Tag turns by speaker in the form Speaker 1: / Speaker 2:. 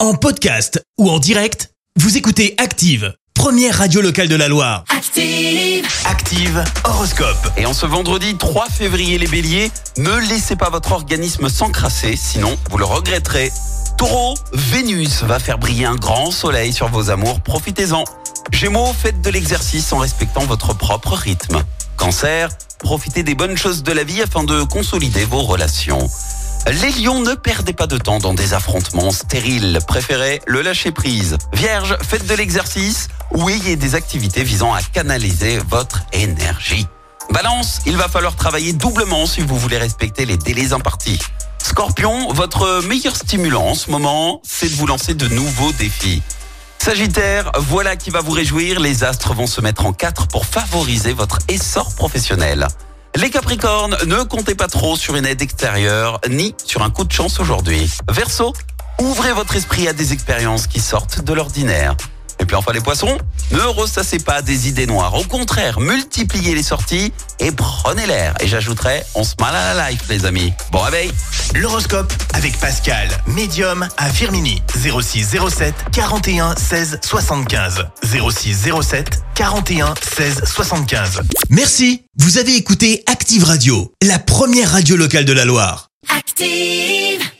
Speaker 1: En podcast ou en direct, vous écoutez Active, première radio locale de la Loire.
Speaker 2: Active.
Speaker 3: Active Horoscope. Et en ce vendredi 3 février, les béliers, ne laissez pas votre organisme s'encrasser, sinon vous le regretterez. Taureau, Vénus va faire briller un grand soleil sur vos amours, profitez-en. Gémeaux, faites de l'exercice en respectant votre propre rythme. Cancer, profitez des bonnes choses de la vie afin de consolider vos relations. Les lions, ne perdez pas de temps dans des affrontements stériles. Préférez le lâcher prise. Vierge, faites de l'exercice ou ayez des activités visant à canaliser votre énergie. Balance, il va falloir travailler doublement si vous voulez respecter les délais impartis. Scorpion, votre meilleur stimulant en ce moment, c'est de vous lancer de nouveaux défis. Sagittaire, voilà qui va vous réjouir, les astres vont se mettre en quatre pour favoriser votre essor professionnel. Les Capricornes, ne comptez pas trop sur une aide extérieure ni sur un coup de chance aujourd'hui. Verseau, ouvrez votre esprit à des expériences qui sortent de l'ordinaire. Et puis enfin les poissons, ne ressassez pas des idées noires. Au contraire, multipliez les sorties et prenez l'air. Et j'ajouterai, on se mal à la life les amis. Bon réveil
Speaker 1: L'horoscope avec Pascal, médium à Firmini, 06 07 41 16 75. 06 07 41 16 75. Merci, vous avez écouté Active Radio, la première radio locale de la Loire.
Speaker 2: Active.